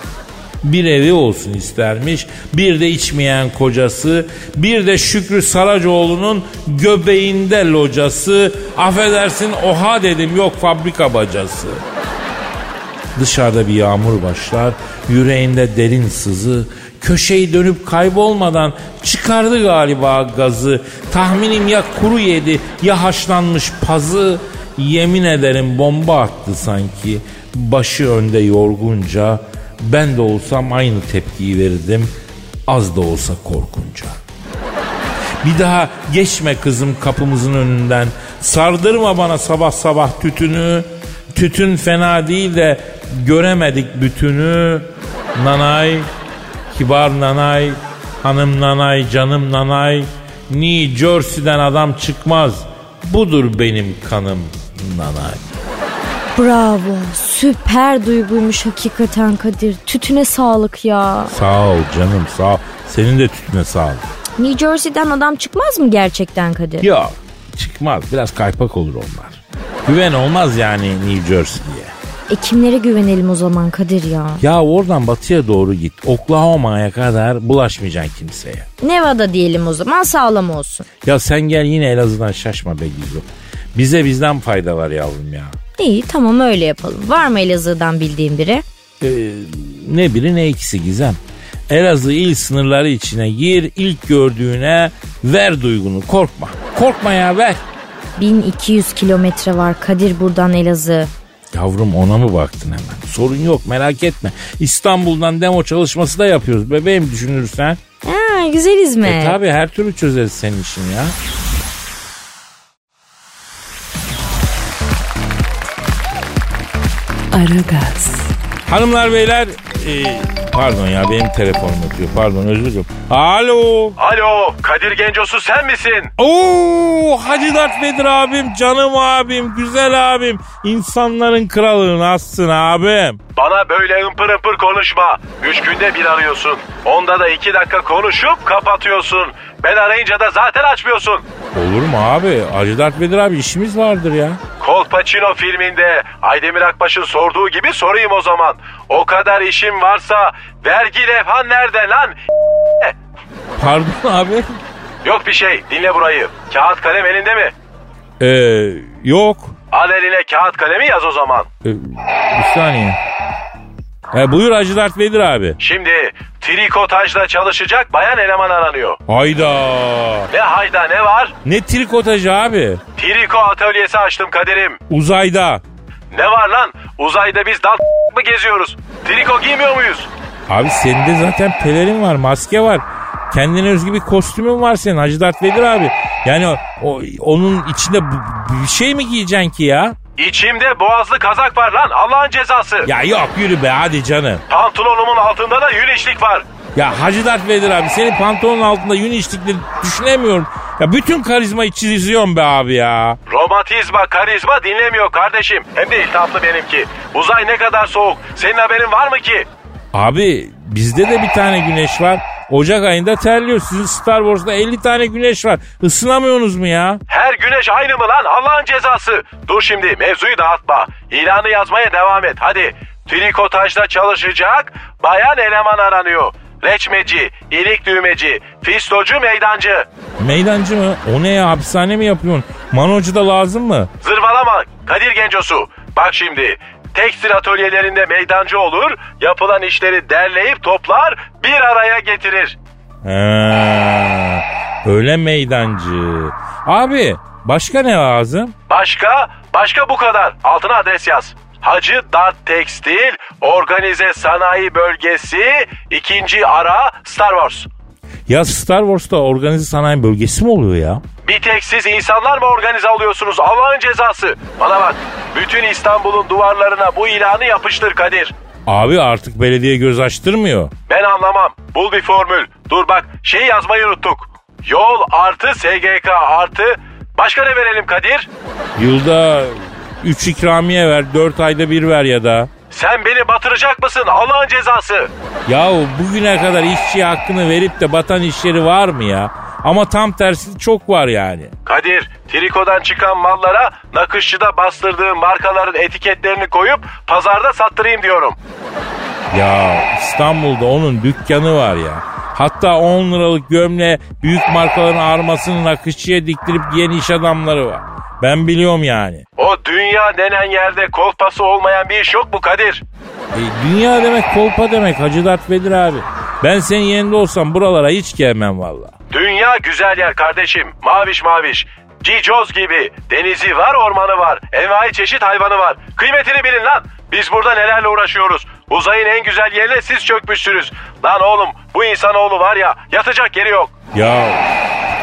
Bir evi olsun istermiş, bir de içmeyen kocası, bir de Şükrü Saracoğlu'nun göbeğinde locası, affedersin oha dedim yok fabrika bacası. Dışarıda bir yağmur başlar, yüreğinde derin sızı, köşeyi dönüp kaybolmadan çıkardı galiba gazı. Tahminim ya kuru yedi ya haşlanmış pazı. Yemin ederim bomba attı sanki. Başı önde yorgunca. Ben de olsam aynı tepkiyi verirdim. Az da olsa korkunca. Bir daha geçme kızım kapımızın önünden. Sardırma bana sabah sabah tütünü. Tütün fena değil de göremedik bütünü. Nanay, kibar nanay, hanım nanay, canım nanay. New Jersey'den adam çıkmaz. Budur benim kanım nanay.
Bravo süper duyguymuş hakikaten Kadir tütüne sağlık ya.
Sağ ol canım sağ ol. Senin de tütüne sağ ol.
New Jersey'den adam çıkmaz mı gerçekten Kadir?
Yok çıkmaz biraz kaypak olur onlar. Güven olmaz yani New Jersey'ye.
E kimlere güvenelim o zaman Kadir ya?
Ya oradan batıya doğru git. Oklahoma'ya kadar bulaşmayacaksın kimseye.
Nevada diyelim o zaman sağlam olsun.
Ya sen gel yine Elazığ'dan şaşma be Gizo. Bize bizden fayda var yavrum ya.
İyi tamam öyle yapalım. Var mı Elazığ'dan bildiğin biri?
Ne biri ne ikisi Gizem. Elazığ il sınırları içine gir, ilk gördüğüne ver duygunu, korkma. Korkma ya ver.
1200 kilometre var Kadir buradan Elazığ.
Yavrum ona mı baktın hemen? Sorun yok merak etme. İstanbul'dan demo çalışması da yapıyoruz bebeğim düşünürsen.
Ha, güzel hizmet.
E tabi her türlü çözeriz senin işin ya.
Aragaz.
Hanımlar beyler e, pardon ya benim telefonum ötüyor pardon özür dilerim. Alo.
Alo Kadir Gencosu sen misin?
Oo Hacı Dert Vedir abim canım abim güzel abim insanların kralı nasılsın abim?
Bana böyle ımpır ımpır konuşma. Üç günde bir arıyorsun. Onda da iki dakika konuşup kapatıyorsun. Ben arayınca da zaten açmıyorsun.
Olur mu abi Hacı Dert Vedir abi işimiz vardır ya.
Kolpaçino filminde Aydemir Akbaş'ın sorduğu gibi sorayım o zaman. O kadar işim varsa vergi levhan nerede lan?
Pardon abi.
Yok bir şey dinle burayı. Kağıt kalem elinde mi?
Ee, yok.
Al eline kağıt kalemi yaz o zaman.
Ee, bir saniye. Ee, buyur Hacı Dert Vedir abi.
Şimdi trikotajda çalışacak bayan eleman aranıyor.
Hayda.
Ne hayda ne var?
Ne trikotajı abi?
Triko atölyesi açtım kaderim.
Uzayda.
Ne var lan? Uzayda biz dal mı geziyoruz? Triko giymiyor muyuz?
Abi sende zaten pelerin var, maske var. Kendine özgü bir kostümün var senin Hacı Dert Vedir abi. Yani o, o- onun içinde bu- bir şey mi giyeceksin ki ya?
İçimde boğazlı kazak var lan Allah'ın cezası.
Ya yok yürü be hadi canım.
Pantolonumun altında da yünişlik var.
Ya Hacı Dert Vedir abi senin pantolonun altında yün içtikleri düşünemiyorum. Ya bütün karizmayı çiziyorum be abi ya.
Romantizma, karizma dinlemiyor kardeşim. Hem de iltihaplı benimki. Uzay ne kadar soğuk. Senin haberin var mı ki?
Abi bizde de bir tane güneş var. Ocak ayında terliyor. Sizin Star Wars'ta 50 tane güneş var. Isınamıyorsunuz mu ya?
Her güneş aynı mı lan Allah'ın cezası? Dur şimdi mevzuyu dağıtma. İlanı yazmaya devam et hadi. Trikotajda çalışacak bayan eleman aranıyor. Reçmeci, ilik düğmeci, fistocu meydancı.
Meydancı mı? O ne ya? Hapishane mi yapıyorsun? Manocu da lazım mı?
Zırvalama Kadir Gencosu. Bak şimdi tekstil atölyelerinde meydancı olur, yapılan işleri derleyip toplar, bir araya getirir.
Ha, öyle meydancı. Abi başka ne lazım?
Başka, başka bu kadar. Altına adres yaz. Hacı Dart Tekstil, Organize Sanayi Bölgesi, ikinci ara Star Wars.
Ya Star Wars'ta organize sanayi bölgesi mi oluyor ya?
Bir tek siz insanlar mı organize oluyorsunuz Allah'ın cezası? Bana bak, bütün İstanbul'un duvarlarına bu ilanı yapıştır Kadir.
Abi artık belediye göz açtırmıyor.
Ben anlamam. Bul bir formül. Dur bak, şeyi yazmayı unuttuk. Yol artı SGK artı... Başka ne verelim Kadir?
Yılda 3 ikramiye ver, 4 ayda bir ver ya da.
Sen beni batıracak mısın Allah'ın cezası?
Yahu bugüne kadar işçiye hakkını verip de batan işleri var mı ya? Ama tam tersi çok var yani.
Kadir, trikodan çıkan mallara nakışçıda bastırdığım markaların etiketlerini koyup pazarda sattırayım diyorum.
Ya İstanbul'da onun dükkanı var ya. Hatta 10 liralık gömle büyük markaların armasını nakışçıya diktirip giyen iş adamları var. Ben biliyorum yani.
O dünya denen yerde kolpası olmayan bir iş yok mu Kadir?
E, dünya demek kolpa demek Hacı Dert Vedir abi. Ben senin yerinde olsam buralara hiç gelmem valla.
Dünya güzel yer kardeşim. Maviş maviş. Cicoz gibi. Denizi var, ormanı var. Envai çeşit hayvanı var. Kıymetini bilin lan. Biz burada nelerle uğraşıyoruz. Uzayın en güzel yerine siz çökmüşsünüz. Lan oğlum bu insanoğlu var ya yatacak yeri yok.
Ya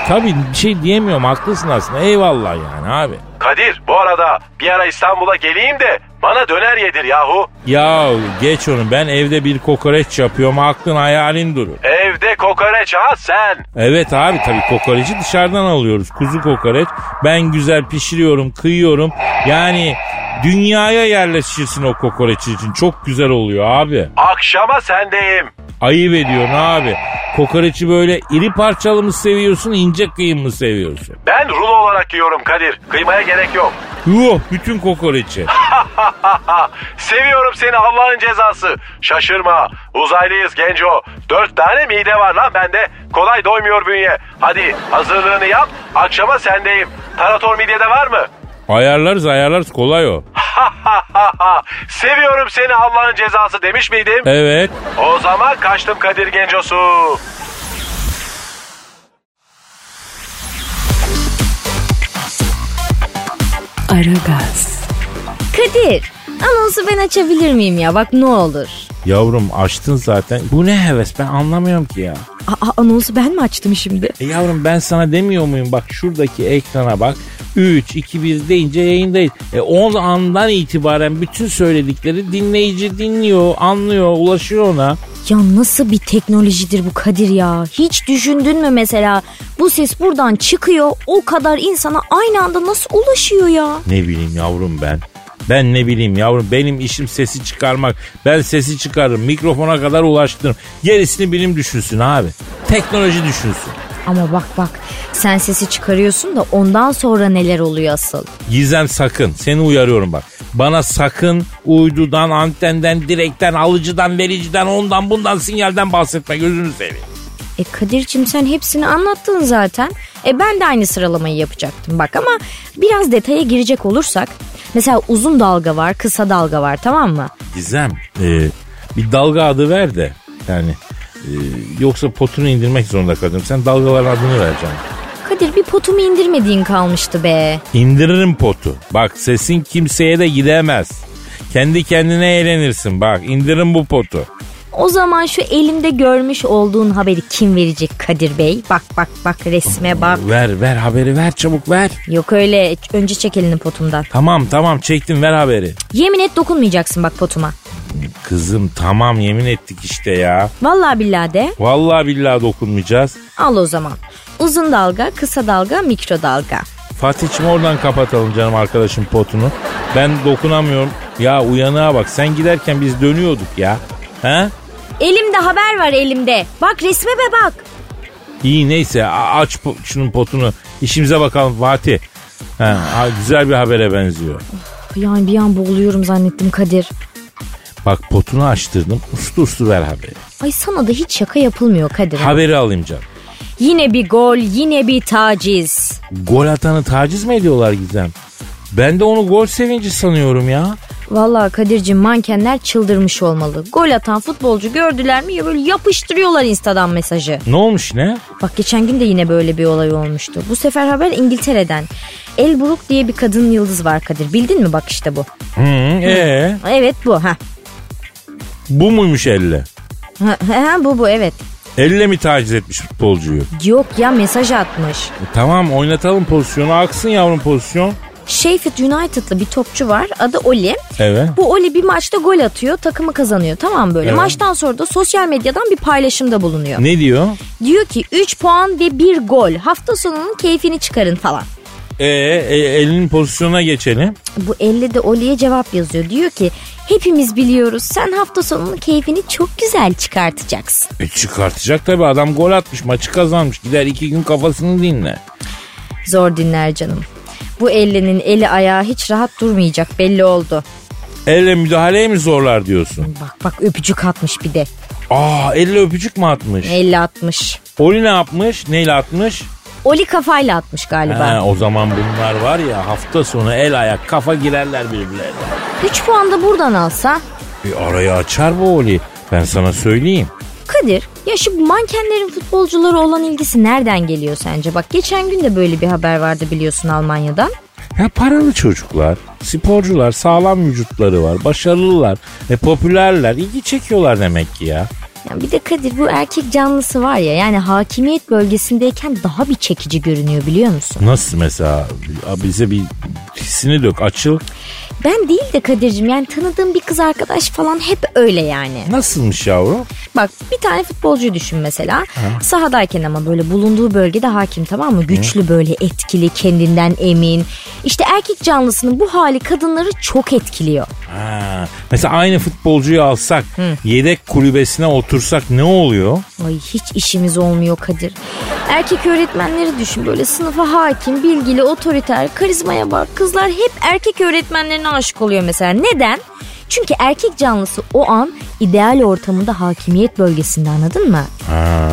tabii bir şey diyemiyorum haklısın aslında eyvallah yani abi.
Kadir bu arada bir ara İstanbul'a geleyim de bana döner yedir yahu.
Ya geç onu ben evde bir kokoreç yapıyorum aklın hayalin durur.
Evde kokoreç ha sen.
Evet abi tabii kokoreci dışarıdan alıyoruz kuzu kokoreç. Ben güzel pişiriyorum kıyıyorum yani dünyaya yerleşirsin o kokoreç için çok güzel oluyor abi.
Akşama sendeyim.
Ayıp ediyorsun abi. Kokoreçi böyle iri parçalı mı seviyorsun ince kıyım mı seviyorsun?
Ben rulo olarak yiyorum Kadir. Kıymaya gerek yok.
Yuh bütün kokoreçi.
Aha, seviyorum seni Allah'ın cezası. Şaşırma. Uzaylıyız genco. Dört tane mide var lan bende. Kolay doymuyor bünye. Hadi hazırlığını yap. Akşama sendeyim. Tarator midede var mı?
Ayarlarız ayarlarız kolay o.
seviyorum seni Allah'ın cezası demiş miydim?
Evet.
O zaman kaçtım Kadir Gencosu.
Aragaz,
Kadir anonsu ben açabilir miyim ya bak ne olur.
Yavrum açtın zaten. Bu ne heves ben anlamıyorum ki ya.
Aa, anonsu ben mi açtım şimdi?
E yavrum ben sana demiyor muyum bak şuradaki ekrana bak. 3, 2, 1 deyince yayındayız. E 10 andan itibaren bütün söyledikleri dinleyici dinliyor, anlıyor, ulaşıyor ona.
Ya nasıl bir teknolojidir bu Kadir ya? Hiç düşündün mü mesela? Bu ses buradan çıkıyor o kadar insana aynı anda nasıl ulaşıyor ya?
Ne bileyim yavrum ben. Ben ne bileyim yavrum benim işim sesi çıkarmak. Ben sesi çıkarırım mikrofona kadar ulaştırırım. Gerisini benim düşünsün abi. Teknoloji düşünsün.
Ama bak bak sen sesi çıkarıyorsun da ondan sonra neler oluyor asıl.
Gizem sakın. Seni uyarıyorum bak. Bana sakın uydudan, antenden, direkten, alıcıdan, vericiden, ondan bundan sinyalden bahsetme. Gözünü seveyim.
E Kadir'cim sen hepsini anlattın zaten. E ben de aynı sıralamayı yapacaktım bak ama biraz detaya girecek olursak. Mesela uzun dalga var, kısa dalga var tamam mı?
Gizem e, bir dalga adı ver de yani e, yoksa potunu indirmek zorunda kalıyorum. Sen dalgaların adını ver canım.
Kadir bir potumu indirmediğin kalmıştı be.
İndiririm potu. Bak sesin kimseye de gidemez. Kendi kendine eğlenirsin bak indirin bu potu.
O zaman şu elimde görmüş olduğun haberi kim verecek Kadir Bey? Bak bak bak resme bak.
Ver ver haberi ver çabuk ver.
Yok öyle önce çek elini potumdan.
Tamam tamam çektim ver haberi.
Yemin et dokunmayacaksın bak potuma.
Kızım tamam yemin ettik işte ya.
Vallahi billahi de
Vallahi billahi dokunmayacağız.
al o zaman. Uzun dalga, kısa dalga, mikro dalga.
Fatih'cim oradan kapatalım canım arkadaşım potunu. Ben dokunamıyorum. Ya uyanığa bak sen giderken biz dönüyorduk ya. He?
Elimde haber var elimde. Bak resme be bak.
İyi neyse a- aç po- şunun potunu. İşimize bakalım Fatih. He, ha, güzel bir habere benziyor.
Yani bir an boğuluyorum zannettim Kadir.
Bak potunu açtırdım. Uslu uslu ver haberi.
Ay sana da hiç şaka yapılmıyor Kadir.
Haberi alayım canım.
yine bir gol, yine bir taciz.
Gol atanı taciz mi ediyorlar Gizem? Ben de onu gol sevinci sanıyorum ya.
Vallahi Kadir'cim mankenler çıldırmış olmalı. Gol atan futbolcu gördüler mi ya böyle yapıştırıyorlar Insta'dan mesajı.
Ne olmuş ne?
Bak geçen gün de yine böyle bir olay olmuştu. Bu sefer haber İngiltere'den. Elbrook diye bir kadın yıldız var Kadir. Bildin mi bak işte bu.
Hı, ee,
Evet bu. Ha.
bu muymuş elle?
Ha, ha, bu bu evet.
Elle mi taciz etmiş futbolcuyu?
Yok ya mesaj atmış.
E, tamam oynatalım pozisyonu. Aksın yavrum pozisyon.
Sheffield United'lı bir topçu var. Adı Oli.
Evet.
Bu Oli bir maçta gol atıyor. Takımı kazanıyor. Tamam böyle.
Evet.
Maçtan sonra da sosyal medyadan bir paylaşımda bulunuyor.
Ne diyor?
Diyor ki 3 puan ve 1 gol. Hafta sonunun keyfini çıkarın falan.
Ee, e, elinin pozisyonuna geçelim.
Bu elle de Oli'ye cevap yazıyor. Diyor ki hepimiz biliyoruz sen hafta sonunun keyfini çok güzel çıkartacaksın.
E, çıkartacak tabii adam gol atmış maçı kazanmış. Gider iki gün kafasını dinle.
Zor dinler canım. Bu ellenin eli ayağı hiç rahat durmayacak belli oldu.
Elle müdahaleye mi zorlar diyorsun?
Bak bak öpücük atmış bir de.
Aa elle öpücük mü atmış?
Elle atmış.
Oli ne yapmış? Neyle atmış?
Oli kafayla atmış galiba.
Ha, o zaman bunlar var ya hafta sonu el ayak kafa girerler birbirlerine.
3 puan da buradan alsa
Bir arayı açar bu Oli. Ben sana söyleyeyim.
Kadir ya şu mankenlerin futbolculara olan ilgisi nereden geliyor sence? Bak geçen gün de böyle bir haber vardı biliyorsun Almanya'dan.
Ya paralı çocuklar, sporcular, sağlam vücutları var, başarılılar ve popülerler. İlgi çekiyorlar demek ki ya.
Ya bir de Kadir bu erkek canlısı var ya yani hakimiyet bölgesindeyken daha bir çekici görünüyor biliyor musun?
Nasıl mesela? Ya Bize bir hissini dök, açıl.
Ben değil de Kadir'cim yani tanıdığım bir kız arkadaş falan hep öyle yani.
Nasılmış yavrum?
Bak bir tane futbolcuyu düşün mesela. Sahadayken ama böyle bulunduğu bölgede hakim tamam mı? Güçlü böyle etkili kendinden emin. İşte erkek canlısının bu hali kadınları çok etkiliyor.
Ha, mesela aynı futbolcuyu alsak, yedek kulübesine otursak ne oluyor?
Ay hiç işimiz olmuyor Kadir. Erkek öğretmenleri düşün böyle sınıfa hakim, bilgili, otoriter, karizmaya bak. Kızlar hep erkek öğretmenlerine aşık oluyor mesela. Neden? Çünkü erkek canlısı o an ideal ortamında hakimiyet bölgesinde anladın mı?
Ha,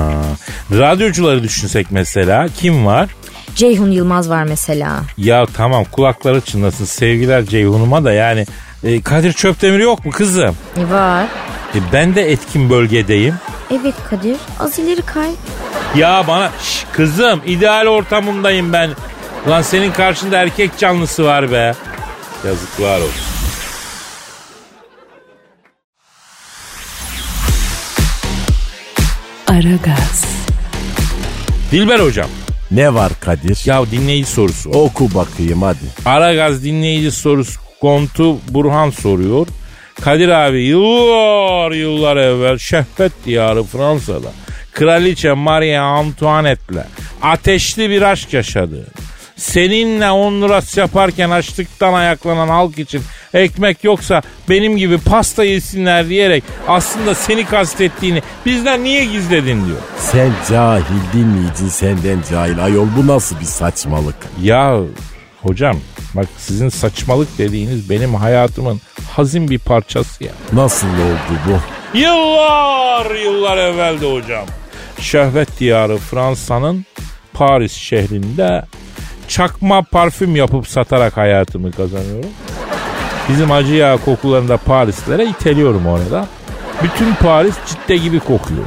radyocuları düşünsek mesela kim var?
Ceyhun Yılmaz var mesela.
Ya tamam kulakları çınlasın sevgiler Ceyhun'uma da yani e, Kadir Çöpdemir yok mu kızım?
E var.
E, ben de etkin bölgedeyim.
Evet Kadir az ileri kay.
Ya bana Şş, kızım ideal ortamımdayım ben. Lan senin karşında erkek canlısı var be. Yazıklar olsun.
Aragaz,
Dilber hocam.
Ne var Kadir?
Ya dinleyici sorusu. O
Oku bakayım hadi.
Aragaz dinleyici sorusu kontu Burhan soruyor. Kadir abi yıllar yıllar evvel şehvet diyarı Fransa'da kraliçe Marie Antoinette'le ateşli bir aşk yaşadı. Seninle on nuras yaparken açlıktan ayaklanan halk için ekmek yoksa benim gibi pasta yesinler diyerek aslında seni kastettiğini bizden niye gizledin diyor.
Sen cahil dinleyicin senden cahil ayol bu nasıl bir saçmalık?
Ya hocam bak sizin saçmalık dediğiniz benim hayatımın hazin bir parçası ya.
Nasıl oldu bu?
Yıllar yıllar evvelde hocam. Şehvet diyarı Fransa'nın Paris şehrinde çakma parfüm yapıp satarak hayatımı kazanıyorum. Bizim acı yağ kokularında Parislere iteliyorum orada. Bütün Paris cidde gibi kokuyor.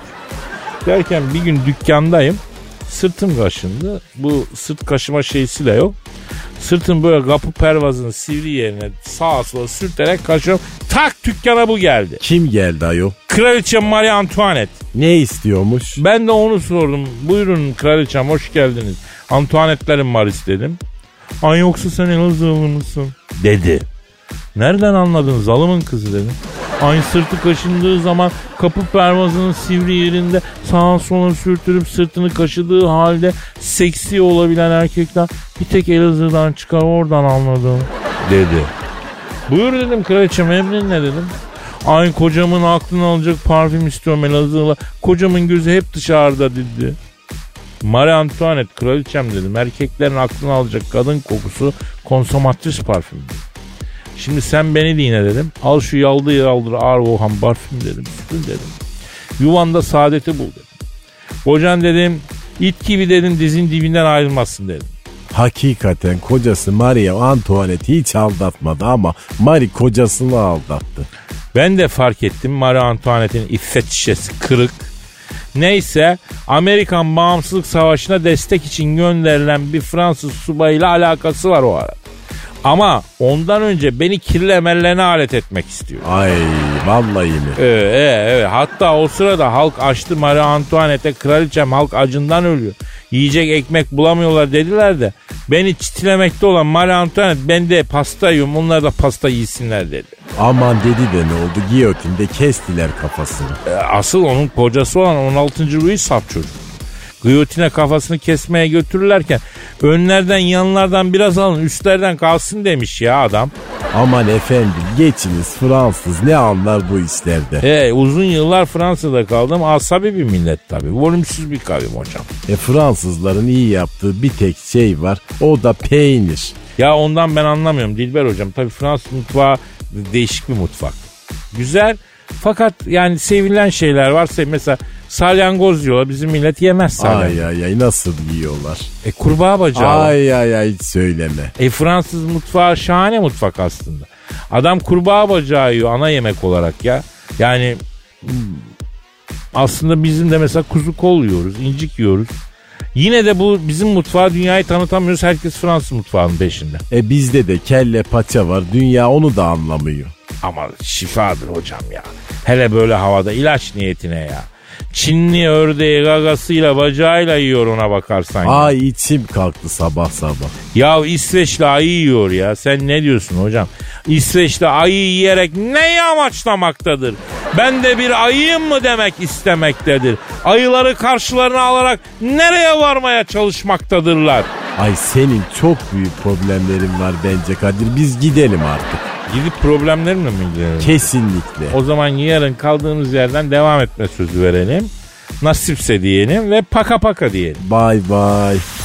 Derken bir gün dükkandayım. Sırtım kaşındı. Bu sırt kaşıma şeysi de yok. Sırtım böyle kapı pervazının sivri yerine sağa sola sürterek kaşıyorum. Tak dükkana bu geldi.
Kim geldi ayol?
Kraliçe Marie Antoinette.
Ne istiyormuş?
Ben de onu sordum. Buyurun kraliçem hoş geldiniz. Antoinette'lerim var istedim. Ay yoksa sen Elazığlı mısın? Dedi. Nereden anladın zalımın kızı dedim. Ay sırtı kaşındığı zaman kapı pervazının sivri yerinde sağa sola sürtürüp sırtını kaşıdığı halde seksi olabilen erkekler bir tek Elazığ'dan çıkar oradan anladım. Dedi. Buyur dedim kraliçem emrin ne dedim. Ay kocamın aklını alacak parfüm istiyorum Elazığ'la. Kocamın gözü hep dışarıda dedi. Marie Antoinette kraliçem dedim. Erkeklerin aklını alacak kadın kokusu konsomatris parfüm. Şimdi sen beni dinle dedim. Al şu yaldı yaldır Arvohan parfüm dedim. Sütün dedim. Yuvanda saadeti bul dedim. Kocan dedim it gibi dedim dizin dibinden ayrılmazsın dedim.
Hakikaten kocası Maria Antoinette'i hiç aldatmadı ama Marie kocasını aldattı.
Ben de fark ettim Marie Antoinette'in iffet şişesi kırık. Neyse Amerikan Bağımsızlık Savaşı'na destek için gönderilen bir Fransız subayıyla alakası var o ara. Ama ondan önce beni kirli emellerine alet etmek istiyor.
Ay vallahi mi?
Ee, e, evet. Hatta o sırada halk açtı Marie Antoinette'e kraliçem halk acından ölüyor. Yiyecek ekmek bulamıyorlar dediler de beni çitilemekte olan Marie Antoinette ben de pasta yiyorum onlar da pasta yesinler dedi.
Aman dedi de ne oldu? Giyotinde kestiler kafasını.
E, Asıl onun kocası olan 16. Louis saf çocuk. Gıyotine kafasını kesmeye götürürlerken önlerden yanlardan biraz alın üstlerden kalsın demiş ya adam.
Aman efendim geçiniz Fransız ne anlar bu işlerde?
E, uzun yıllar Fransa'da kaldım asabi bir millet tabii. Volümsüz bir kavim hocam.
E, Fransızların iyi yaptığı bir tek şey var o da peynir.
Ya ondan ben anlamıyorum Dilber hocam. Tabii Fransız mutfağı değişik bir mutfak. Güzel fakat yani sevilen şeyler varsa mesela salyangoz diyorlar. Bizim millet yemez salyangoz.
Ay ay ay nasıl yiyorlar?
E kurbağa bacağı. var.
Ay ay ay söyleme.
E Fransız mutfağı şahane mutfak aslında. Adam kurbağa bacağı yiyor ana yemek olarak ya. Yani mm, aslında bizim de mesela kuzu kol yiyoruz, incik yiyoruz. Yine de bu bizim mutfağı dünyayı tanıtamıyoruz. Herkes Fransız mutfağının peşinde.
E bizde de kelle paça var dünya onu da anlamıyor.
Ama şifadır hocam ya. Hele böyle havada ilaç niyetine ya. Çinli ördeği gagasıyla bacağıyla yiyor ona bakarsan. ya.
Ay içim kalktı sabah sabah.
Ya İsveçli ayı yiyor ya. Sen ne diyorsun hocam? İsveçli ayı yiyerek neyi amaçlamaktadır? Ben de bir ayıyım mı demek istemektedir. Ayıları karşılarına alarak nereye varmaya çalışmaktadırlar.
Ay senin çok büyük problemlerin var bence Kadir biz gidelim artık.
Gidip problemlerimle mi ilgilenelim?
Kesinlikle.
O zaman yarın kaldığımız yerden devam etme sözü verelim. Nasipse diyelim ve paka paka diyelim.
Bye bye.